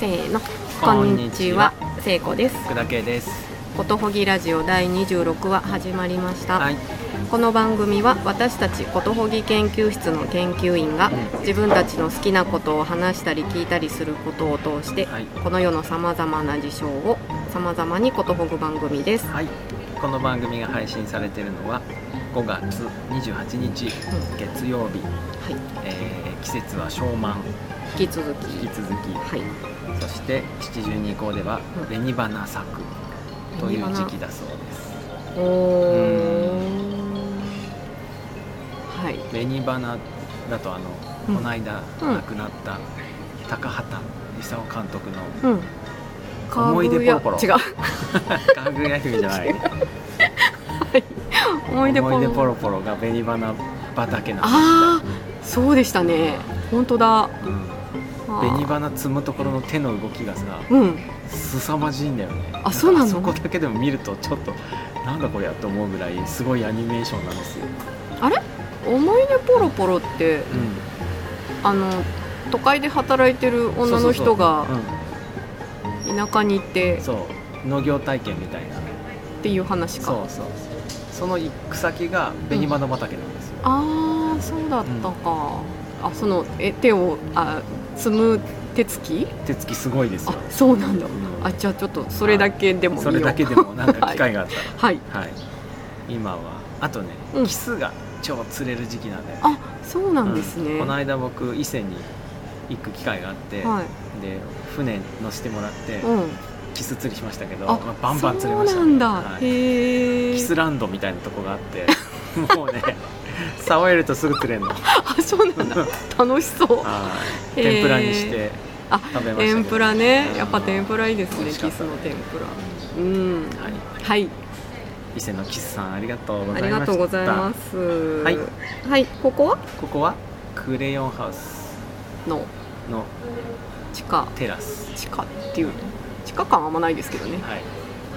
せーのここんんににちちはは聖子です福田圭ですことほぎラジオ第26話始まりました、はいこの番組は私たちことほぎ研究室の研究員がうん自分たちの好きなことを話したり聞いたりすることを通して、はいこの世のさまざまな事象をさまざまにことほぐ番組です、はいこの番組が配信されているのは5月28日ん月曜日、はい、えー季節は小満引き続き引き続きはいそして七十二項ではうん紅花咲くという時期だそうですおうーはい紅花だとあの、うんこの間うん亡くなった高畑勲監督のうん思い出ポロポロかぐや違う「かぐや姫」じゃない 思い出ポロ思い出ポロポロが紅花畑なんああそうでしたね本当だだ、うんあー紅花摘むところの手の動きがさうん凄まじいんだよねあそうなのんかあそこだけでも見るとちょっとなんだこれやと思うぐらいすごいアニメーションなんですよ、あれ思い出ポロポロってあの都会で働いてる女の人がそうそう田舎に行ってそう,、うんそう農業体験みたいなっていう話そかうそうそうその行く先が紅花畑なんですよ、ああそうだったか、あそのえ手をあ摘む手つき手つきすごいですよあそうなんだうんあじゃあちょっとそれだけでも見よそうれだけでもなんか機会があったら はいはい、今はあとね、うんキスが超釣れる時期なんだよあそうなんですうね、んこの間僕伊勢に行く機会があって、はいで船乗せてもらって、うんキス釣りしましたけどあまあバンバン釣れましたね、そうなんだ、はい、へえキスランドみたいなとこがあって もうね 触れるとすぐ釣れるのあそうなんだ楽しそうはいへー天ぷらにしてあ食べましたけど天ぷらねやっぱ天ぷらいいですね美味しかキっスたの天ぷらうんはい、はい伊勢のキスさんありがとうござあいまりしたがとうございますはいはいここはここはクレヨンハウスのの地下テラス地下っていうの地下感あんまないですけどねはい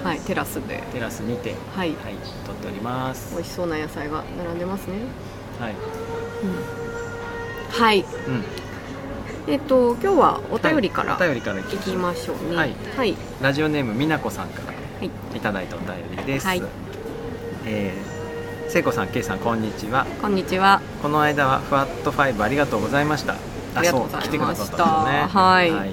はいテラスでテラスにてはいはい撮っております美味しそうな野菜が並んでますねはいうんはいうんえっと今日はお便りからはいお便りからいきいきましょうねはいはいラジオネームみなこさんからはいいただいたお便りです。はいえー聖子さん、けいさん、こんにちは。こんにちはこの間はふわっとファイブありがとうございました。ありがとうございましたそう来てくださったんですよね。はいえーっ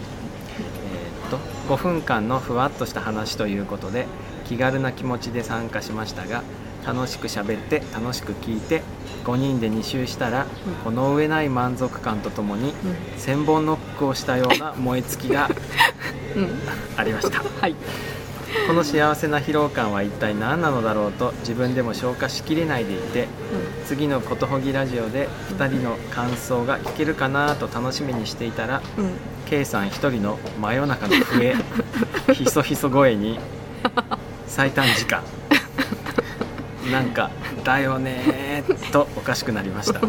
と5分間のふわっとした話ということで気軽な気持ちで参加しましたが楽しく喋って楽しく聞いて5人で2周したら、この上ない満足感とともにう千本ノックをしたような燃え尽きがんうんありましたはいこの幸せな疲労感は一体何なのだろうと自分でも消化しきれないでいて次の「ことほぎラジオ」で2人の感想が聞けるかなと楽しみにしていたらうんうん K さん1人の真夜中の笛ひそひそ声に最短時間なんか「だよねー」とおかしくなりました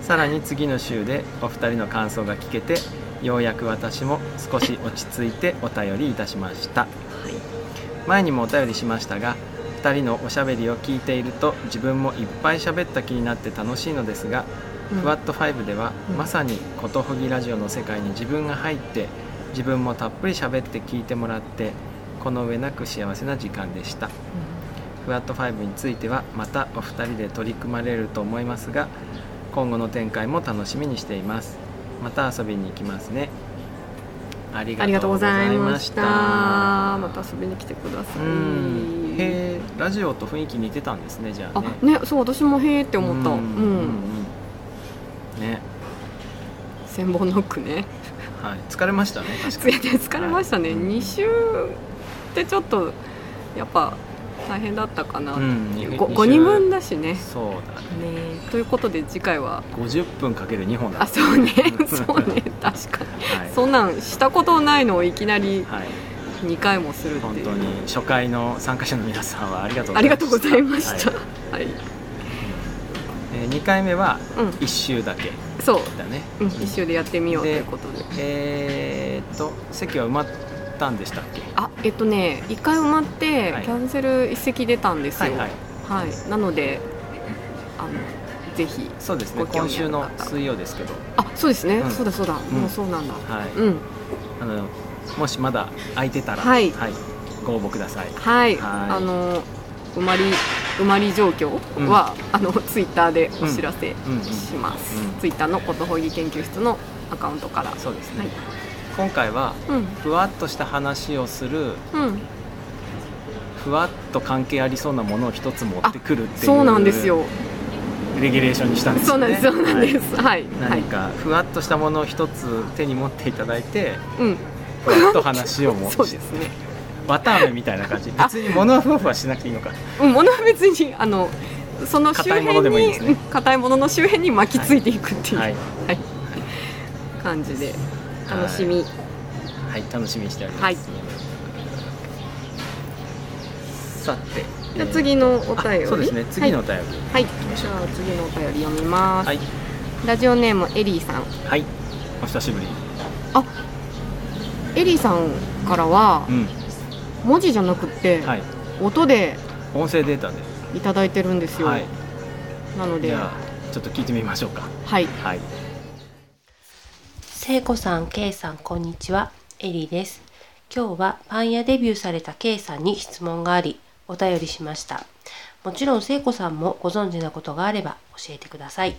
さらに次の週でお二人の感想が聞けてようやく私も少し落ち着いてお便りいたしましたはい前にもお便りしましたが2人のおしゃべりを聞いていると自分もいっぱい喋った気になって楽しいのですが「うんふわっと5」では、うんまさに「ことほぎラジオ」の世界に自分が入って自分もたっぷり喋って聞いてもらってこの上なく幸せな時間でした「ふわっと5」についてはまたお二人で取り組まれると思いますが今後の展開も楽しみにしていますまた遊びに行きますねありあがりがととううごござざいいままししたた。また遊びに来てください。うんへえラジオと雰囲気似てたんですねじゃああね、ね、そう、私もへえって思った。う、うんんうんね千本ノックね。はい疲れましたね確かついて疲れましたね。はい二週ってちょっとやっぱ大変だったかな。に、うんごに五人分だしね。ねそうだねということで次回は。 50分かける2本だ、あ、そうね そうね、確かに。はい、そんなんしたことないのをいきなりはい、二回もするって本い当う。に初回の参加者の皆さんはありがとうありがとうございました。はいはい、えー、2回目はうん、 1周だけそう。だね、うん、一周でやってみようということで。えー、っと席は埋まったんでしたっけあ、えっとね、一回埋まって、はいキャンセル一席出たんですはよ。いは、はいいなので、あの、ぜひ。そうですねご興味今週あのる方水曜ですけどあ、そうですね、うんそうだそうだ、んもうそうなんだ。はい、うん、あのもしまだ空いてたら、はいご応募ください。はい、はいあの埋まり埋まり状況は、あのツイッターでお知らせうんうんします、うんツイッターのことほぎ研究室のアカウントからそうですね、はい今回はうんふわっとした話をするうんふわっと関係ありそうなものを一つ持ってくるっていうそうなんですよレギュレーションにしたんですそうなよんねですそうなんではいすはいはい何、かふわっとしたものを一つ手に持っていただい てうんふわっと話をもそうですねわたあめみたいな感じ別に物はふわふわしなくていいのかうん物は別にあのその周辺に硬いものでもいいですねうん硬いものの周辺に巻きついていくっていう、はい、感じで楽しみはい、楽しみにしております、はいさてじゃあえー次のお便り、あそうですね次のお便りはい、はい、じゃあ次のお便り読みます、はいラジオネームエリーさんはい、お久しぶりエリーさんからはう文字じゃなくってんはい音で音声データでいただいてるんですよ、はいなのじでゃあちょっと聞いてみましょうかはいはい聖子さん、ケイさん、こんにちは。エリーです。今日はパン屋デビューされたケイさんに質問があり、お便りしました。もちろん聖子さんもご存知なことがあれば教えてください。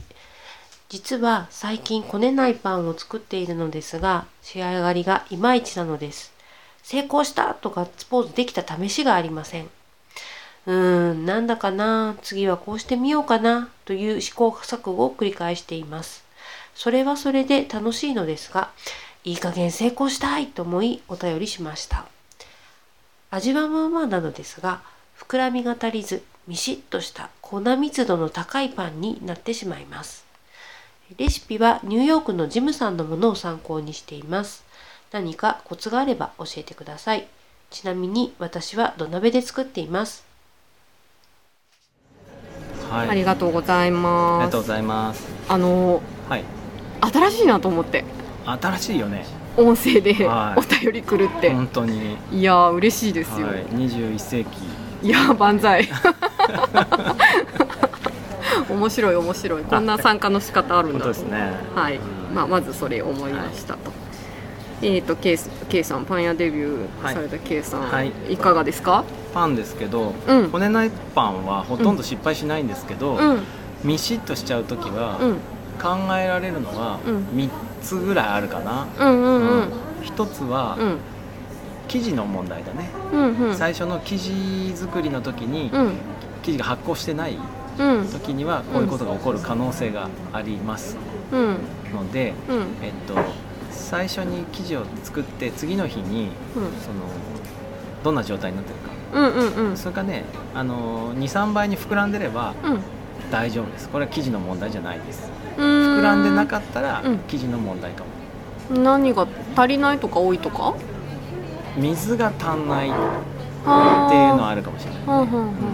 実は最近こねないパンを作っているのですが、仕上がりがいまいちなのです。成功したとガッツポーズできた試しがありません。うーん、なんだかな、次はこうしてみようかな、という試行錯誤を繰り返しています。それはそれで楽しいのですが、いい加減成功したいと思いお便りしました。味はまあまあなのですが、膨らみが足りず、ミシッとした粉密度の高いパンになってしまいます。レシピはニューヨークのジムさんのものを参考にしています。何かコツがあれば教えてください。ちなみに私は土鍋で作っています。はいありがとうございありまがすとうございますあのはい新しいなと思って新しいよね音声で はいお便り来るって、本当にい、やー嬉しいですよ、はい21世紀いやー万歳 面白い面白いこんな参加の仕方あるん本だ当とですねはいまあ、まずそれ思いましたと、えっ、と K, K さんパン屋デビューされた K さん、はいい、かがですかパンですけどうん骨ないパンはほとんど失敗しないんですけどうんミシッとしちゃう時はうん考えられるのはうん3つぐらいあるかなうんうんうん1つうはん生地の問題だねうんうん最初の生地作りの時にうん生地が発酵してないうん時にはこういうことが起こる可能性がありますうんので、うんえっと、最初に生地を作って次の日にそのどんな状態になってるかうんうんうんそれがねあの23倍に膨らんでればうん大丈夫ですこれは生地の問題じゃないです膨膨らんでなかったらうん生地の問題かも何が足りないとか多いとか水が足んないっていうのはああるかもしれないーうんう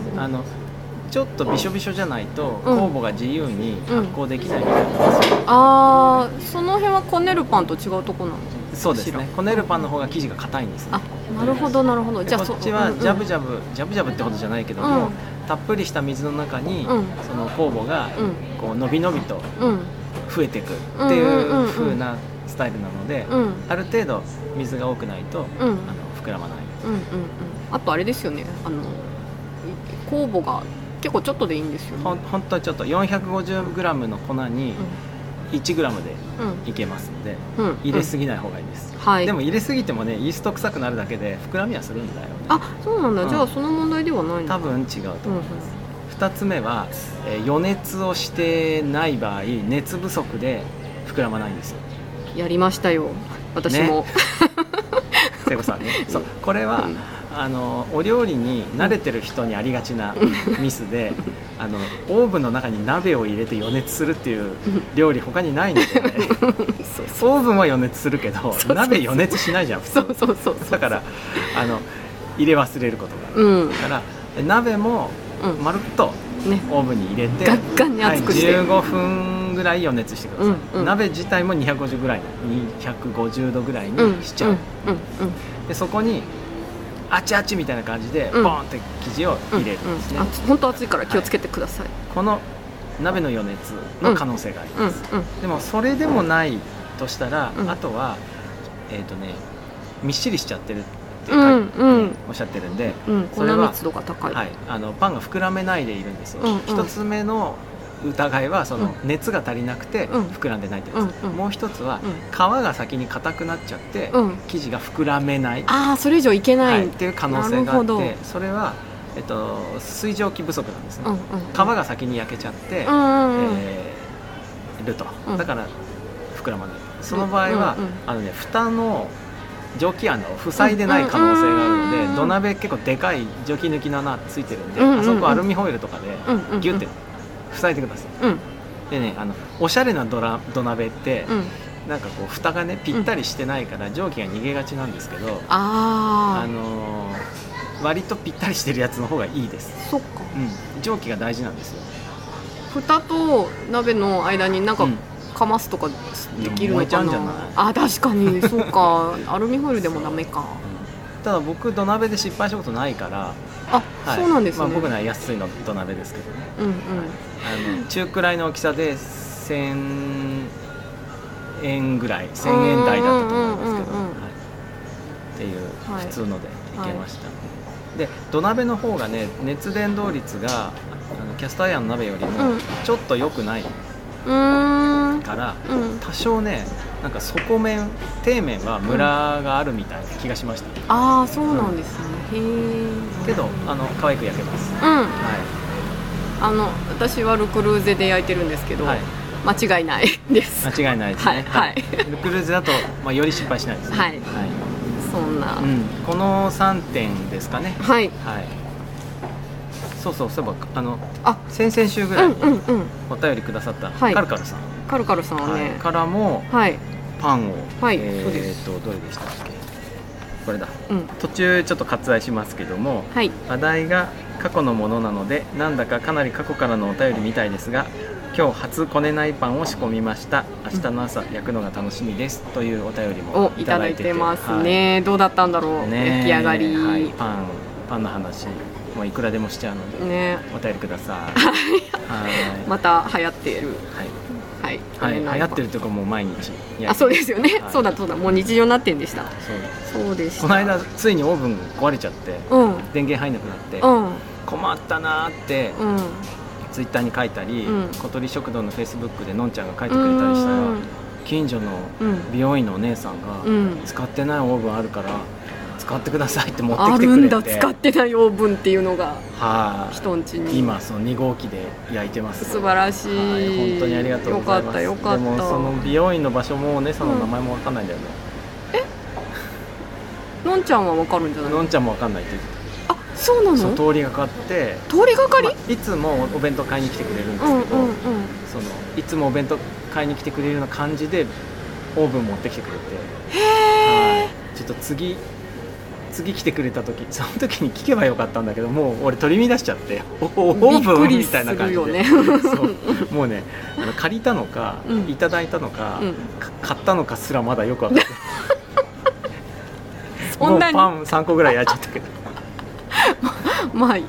んうんあのちょっとびしょびしょじゃないとうん酵母が自由に発酵できないみたいなんですよあーその辺はこねるパンと違うとこなのそうですねこねるパンの方が生地が硬いんですねあなるほどなるほどじでゃあこそっちはジャブじジャブジャブジャブってほどじゃないけども、うんたっぷりした水の中に、うんその酵母がうんこう伸び伸びとうん増えていくっていんうんうんううん風なスタイルなので、うんうんある程度水が多くないとうんあの膨らまないうんうんうんあとあれですよねあのい酵母が結構ちょっとでいいんですよねほん本当はちょっと 450g の粉に 1g でうんいけますのでうんうん入れすぎない方がいいではいす、でも入れすぎてもねイースト臭くなるだけで膨らみはするんだよあそうなんだ、うんじゃあその問題ではない多の分違うと思う、うんうん2つ目は、えー余熱をしてない場合熱不足で膨らまないんですよやりましたよ私も、聖子さんねそうこれは、うんあのお料理に慣れてる人にありがちなミスであのオーブンの中に鍋を入れて余熱するっていう料理他にないんですよねそうオーブンは余熱するけどそうそう鍋余熱しないじゃん普通 そうそうそうそうだからあの入れ忘れることがあるうんうんだから鍋もまるっとねオーブンに入れてガンガンにはい、熱くして、 15分ぐらい余熱してください、うんうん鍋自体も250ぐらい250度ぐらいうんにしちゃう、うんうんでそこにあちあちみたいな感じでボうんーンって生地をうん入れるんですね、うん、熱本当暑いから気をつけてください、この鍋の余熱の可能性があります、うんうんでもそれでもないとしたら、うんあとはえっ、とねみっしりしちゃってるって書いて、うんうんおっしゃってるんで、うん、そ粉れは密度が高い、はい、あのパンが膨らめないでいるんですよ。うんうん一、つ目の疑いはその熱が足りなくてうん膨らんでないってやつ、うんうんもう一つは皮が先に硬くなっちゃって、うんうん、生地が膨らめない、ああそれ以上いけな、はいい、っていう可能性があっなるてそれは、えっと、水蒸気不足なんですね、うんうん、皮が先に焼けちゃって、うんうんうんえーると、うんだから膨らまないその場合は、うんうんあのね蓋の蒸気穴を塞いでない可能性があるので、うんうんうんうん土鍋結構でかい蒸気抜きの穴ついてるんで、うんうんうんあそこアルミホイルとかうでんうんうんギュッて塞いでください、うんでねあのおしゃれなドラ土鍋って、うんなんかこう蓋がねぴったりしてないから蒸気が逃げがちなんですけど、ああのー割とぴったりしてるやつの方がいいです、あそっかうん、蒸気が大事なんですよ蓋と鍋の間になんかうんかますとかできるのいかな,、や燃えちゃうんじゃないあ確か にそうかアルミホイルでもダメかただ僕土鍋で失敗したことないから、あ、はいそうなんですまね、あ、僕のは安いの土鍋ですけどねうんうん あの中くらいの大きさで1000円ぐらい1000円台だったと思うんですけど、うんうんうんうんはいっていうはい普通のでいけました、で土鍋の方がね熱伝導率があのキャスターアイアンの鍋よりうもんちょっと良くないうーんから、うん多少ねなんか底面底面はムラがあるみたいな気がしました、ああそうなんですね、へえけどあの可愛く焼けますうんはあの私はルクルーゼで焼いてるんですけい、ど、はい、間違いないです間違いないですねはいルクルーズだと、まあ、より失敗しないですねはいそんな、うん、この3点ですかねはいはいそうそうそういえばあのあ先々週ぐうらいんにうんうんお便りくださったカはいルカルさん、カルカルさんはねはいからもはい、パンを、はいそうえでっ、とどれでしたっけこれだうん途中ちょっと割愛しますけどもはい話題が過去のものなのでなんだかかなり過去からのお便りみたいですが今日初こねないパンを仕込みました明日の朝焼くのが楽しみですというお便りもをいいたただだいいててますね、どうだったんだろ、はいうねえ焼き上がり、はいパンパンの話もういくらでもしちゃうので、ねお便りくださいはい、また流行っているはい、はいはい、流行ってるるとこもう毎日やあそうですよね、はいそうだそうだもう日常になってんでしたそうそうでしたこの間ついにオーブン壊れちゃってうん電源入んなくなって、うん困ったなーって、うんツイッターに書いたり、うん小鳥食堂のフェイスブックでのんちゃんが書いてくれたりしたら近所のうん美容院のお姉さんが、うん使ってないオーブンあるから使ってくださいって持ってあきてるくれんてだ使ってないオーブンっていうのがはい人んちに今その2号機で焼いてます素晴らしい、はい本当にありがとうございますよかったでよもそかのっ美容院の場所もお姉さんの名前もわかんないんだよね、たのんちゃんはわかるんじゃのないんちゃんもわかんないって言ってあそうなたそのの通通りがかって、りがかり、まあいつもお弁当買いに来てくれるんですけうど、んうんうんそのいつもお弁当買いに来てくれるような感じでオーブン持ってきてくれてはいちょっと次次来てくれた時その時に聞けばよかったんだけどもう俺取り乱しちゃって おおオーブンびっくりみたいな感じで、するよねそうもうねあの借りたのか、うんいただいたのか,、うんか買ったのかすらまだよく分かって そもんうなにパン3個ぐらい焼いちゃったけど、まあはい、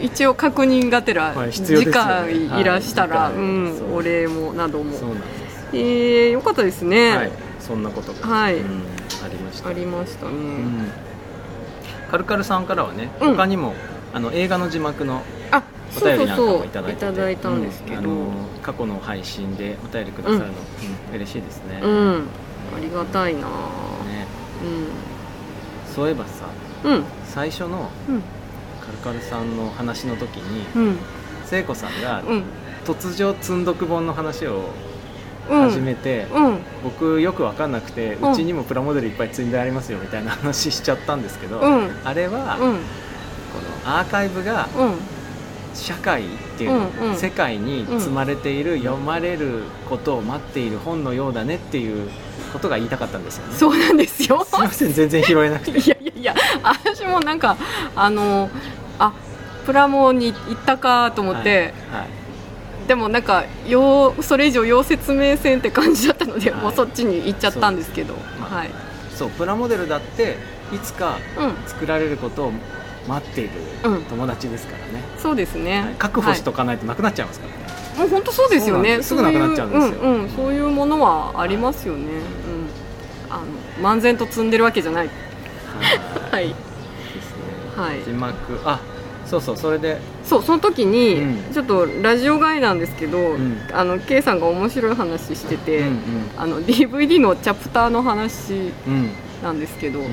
一応確認がてら、はい必要で次すよね回いらしたら、はいう次回ん、そうお礼もなどもそうなんです、えー、よかったですね、はいそんなことが、はいうんありましたありましたね、うんカルカルさんからはね、うん他にもあの映画の字幕のあおそうそう便りなんかそもういただいいててただいたんですけど、うんあの過去の配信でお便りくださるの、うん嬉しいですね,、うねん、ありがたいな、そういえばさうん、うん、最初のうん、カルカルさんの話の時にうん、聖子さんがうん、突如積んどく本の話をうん、始めて、うん、僕よく分かんなくてうんうち、にもプラモデルいっぱい積んでありますよみたいな話しちゃったんですけど、うん、あれは、うこん、のアーカイブがうん、社会っていうの、うんうん世界に積まれている、読まれることを待っている本のようだねっていうことが言いたかったんですよね。そうなんですよ。すいません全然拾えなくていやいやいや、私もなんか、あの、あ、プラモに行ったかと思って。はいでもなんかようそれ以上要説明せんって感じだったので、はいもうそっちに行っちゃったんですけどまあはい、そうプラモデルだっていつかうん作られることを待っているうん友達ですからね、そうですね、はい確保しとかないとなくなっちゃいますからね、はいもう本当そうですよねそうなんですすぐなくなっちゃうんですよそういううんうんそういうものはありますよね、うんあの漫然と積んでるわけじゃないははいいですねはい字幕あそうそうそれでそうその時に、うんちょっとラジオ外なんですけど、んあの K さんが面白い話してて、うんあの DVD のチャプターの話うんうんなんですけど、うん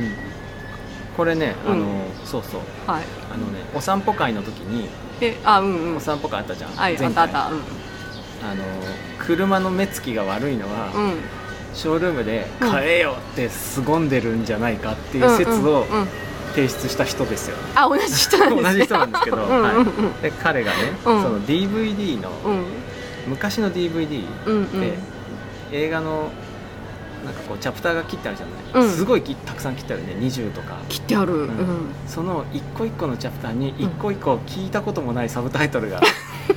これねあの、そうそうはいあのねお散歩会の時にえあうんうおん散歩会あったじゃん、はいあ前ったあっ回たあの車の目つきが悪いのは、うんうんショールームで「うん買えよ!」って凄んでるんじゃないかっていううん説をうんうん提出した人ですよ、あ同じ人なんですね 同じ人なんですけど、うんうんはうんい、で彼がね、うんその DVD の、うん昔の DVD うんで、映画のなんかこうチャプターが切ってあるじゃない、うんすごいきたくさん切ってあるね20とか切ってあるうん、その一個一個のチャプターに一個一個聞いたこともないサブタイト ルが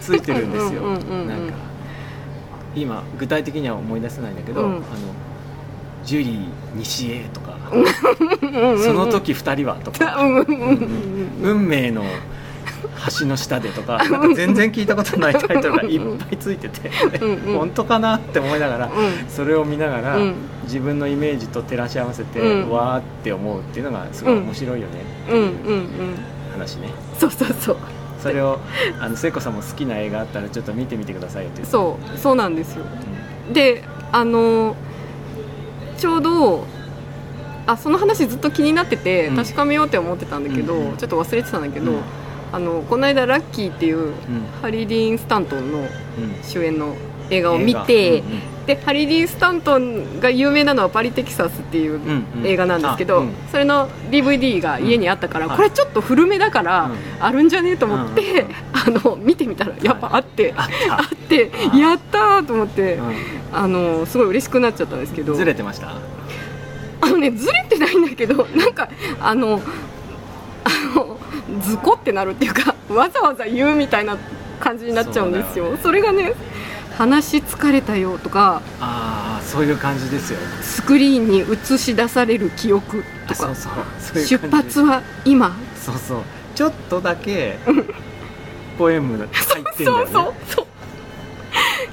ついてるんですようんうんうんうんなんか今具体的には思い出せないんだけど、うんあのジュリー西江とか、うんその時2人はとうか、んうんうんうん運命の橋の下でとかなんか全然聞いたことないタイトルがいっぱいついててうんうんうん本当かなって思いながらうそれを見ながら、んうん自分のイメージと照らし合わせて、うんわーって思うっていうのがすごい面白いよねってうんいううんうん話ね、そうそうそうそれをあの聖子さんも好きな映画あったらちょっと見てみてくださいよって言ってそうそうなんですようんであのちょうどあその話ずっと気になっててうん確かめようって思ってたんだけど、うんちょっと忘れてたんだけど、うんあのこの間「ラッキー」っていううんハリー・ディーン・スタントンのうん主演の映画を見て、映画でハリー・ディーン・スタントンが有名なのは「パリ・テキサス」っていううんうんうん映画なんですけど、あうんそれの DVD が家にあったから、うんはいこれちょっと古めだから、うんあるんじゃねえと思って、うんうんあの見てみたらやっぱあって、ああっってあやったーと思って、た、あのすごい嬉しくなっちゃったんですけ うどん、ずれてましたあのねずれてないんだけどなんかあのあのズコってなるっていうかわざわざ言うみたいな感じになっちゃうんですよそうだよそねれがね話疲れたよとかああそういう感じですよスクリーンに映し出される記憶あとそかうそうそういう出感じ発は今そうそうちょっとだけポエム入ってんだそようねそうそう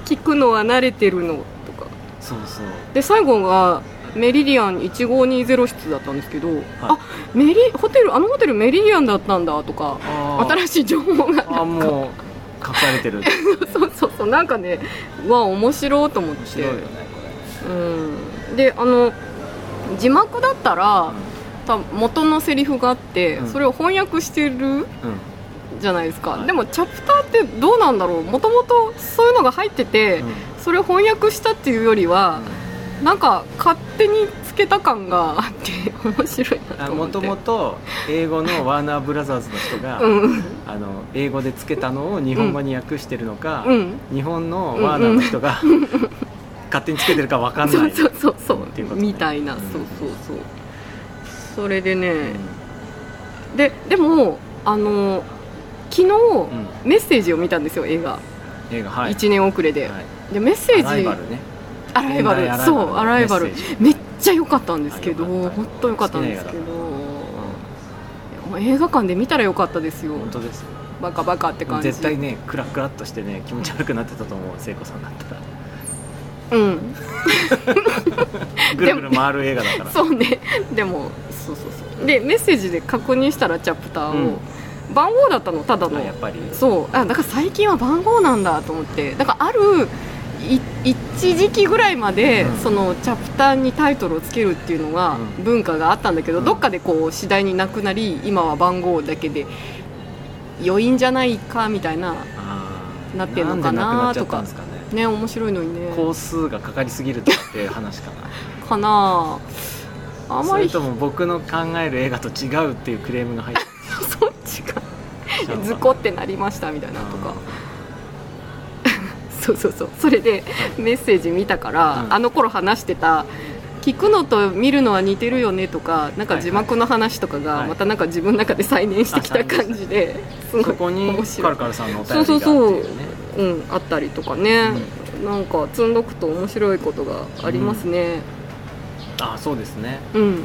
聞くのは慣れてるのとかそうそうで最後がメリディアン1520室だったんですけど、あメリホテルあのホテルメリディアンだったんだとかあー新しい情報があーもう書かれてる、 そうそうそうなんかねうわ面白いと思っ面て白いよねこれうん、であの字幕だったら、多分元のセリフがあって、うんそれを翻訳してるうんじゃないですか、はいでもチャプターってどうなんだろうもともとそういうのが入ってて、うんそれを翻訳したっていうよりは、なんか勝手につけた感があって面白いなあと思もってともと英語のワーナーブラザーズの人が、うんあの英語でつけたのを日本語に訳してるのか、うん日本のワーナーの人が 勝手につけてるかわかんそなういそうそうそうっていうことねみたいな、うんそうそうそうそれでね、うんででもあの昨日、うんメッセージを見たんですよ映画、映画はい1年遅れで、はいでメッセージアライバルねアライバル現代そうアライバルメッセージめっちゃ良かったんですけどあ良かった本当良かったんですけど好きな映もう映画館で見たら良かったですよ本当ですバカバカって感じ絶対ねクラクラっとしてね気持ち悪くなってたと思う聖子さんだっ たらうんぐるぐる回る映画だからそうねでもそうそうそうでメッセージで確認したらチャプターを、番号だったのただのあやっぱりそうあだから最近は番号なんだと思ってだからあるい一時期ぐらいまで、うんそのチャプターにタイトルをつけるっていうのがうん文化があったんだけど、うんどっかでこう次第になくなり今は番号だけで余韻じゃないかみたいなあーなってんのかなんでくっちゃったんですかねね面白いのにね工数がかかりすぎるとかっていう話かなかなああそまれりとも僕の考える映画と違うっていうクレームが入ってそっち がきたのかなズコってなりましたみたいなとかあ そうそうそうそれでメッセージ見たから、うんあの頃話してた聞くのと見るのは似てるよねとかなんか字幕の話とかはいはがいまたなんか自分の中で再燃してきた感じで、ーすごこいこに面カ白ルい、カルさんのお便りがっていうねうん、あったりとかね、なんか積んどくと面白いことがありますねあそうですねうん、うんうん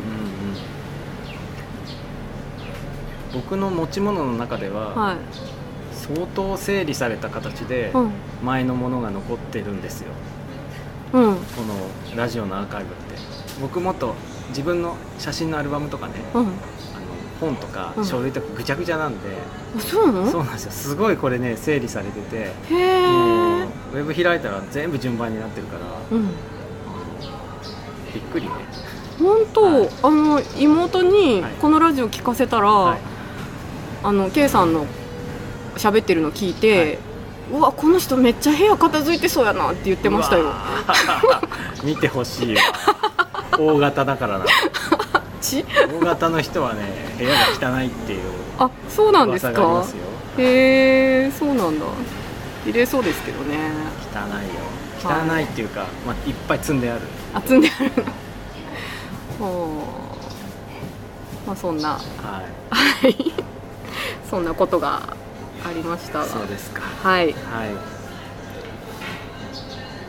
僕の持ち物の中でははい、相当整理された形でうん前のものが残ってるんですようんこのラジオのアーカイブって僕もっと自分の写真のアルバムとかねうんあの本とかうん書類とかぐちゃぐちゃなんで、あそうなそのうなんですよすごいこれね整理されててへえもうウェブ開いたら全部順番になってるからうんびっくりね、本当、はいあの妹にはいこのラジオ聞かせたら、はい、あの K さんの喋ってるの聞いて、うわこの人めっちゃ部屋片付いてそうやなって言ってましたうよわー 見てほしいわ大型だからなち大型の人はね部屋が汚いっていうあそうなんです噂がありまかすよへえそうなんだ入れそうですけどね汚いよはい汚いっていうか、まあ、いっぱい積んである集んである ほうまあそんなはいはいそんなことがありましたがそうですかはいはい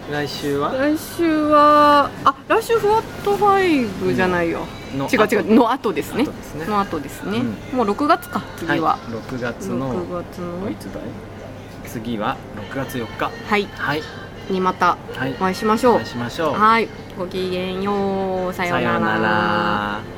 来週は来週はあ来週フワットファイブじゃないよ、の違う違うの後ですね後ですねの後ですね、うもう6月か次は、い、6月の6月のいつだい次は6月4日はいはいにまたはいお会いしましおょ会いしましうょうはいごきげんようさようならら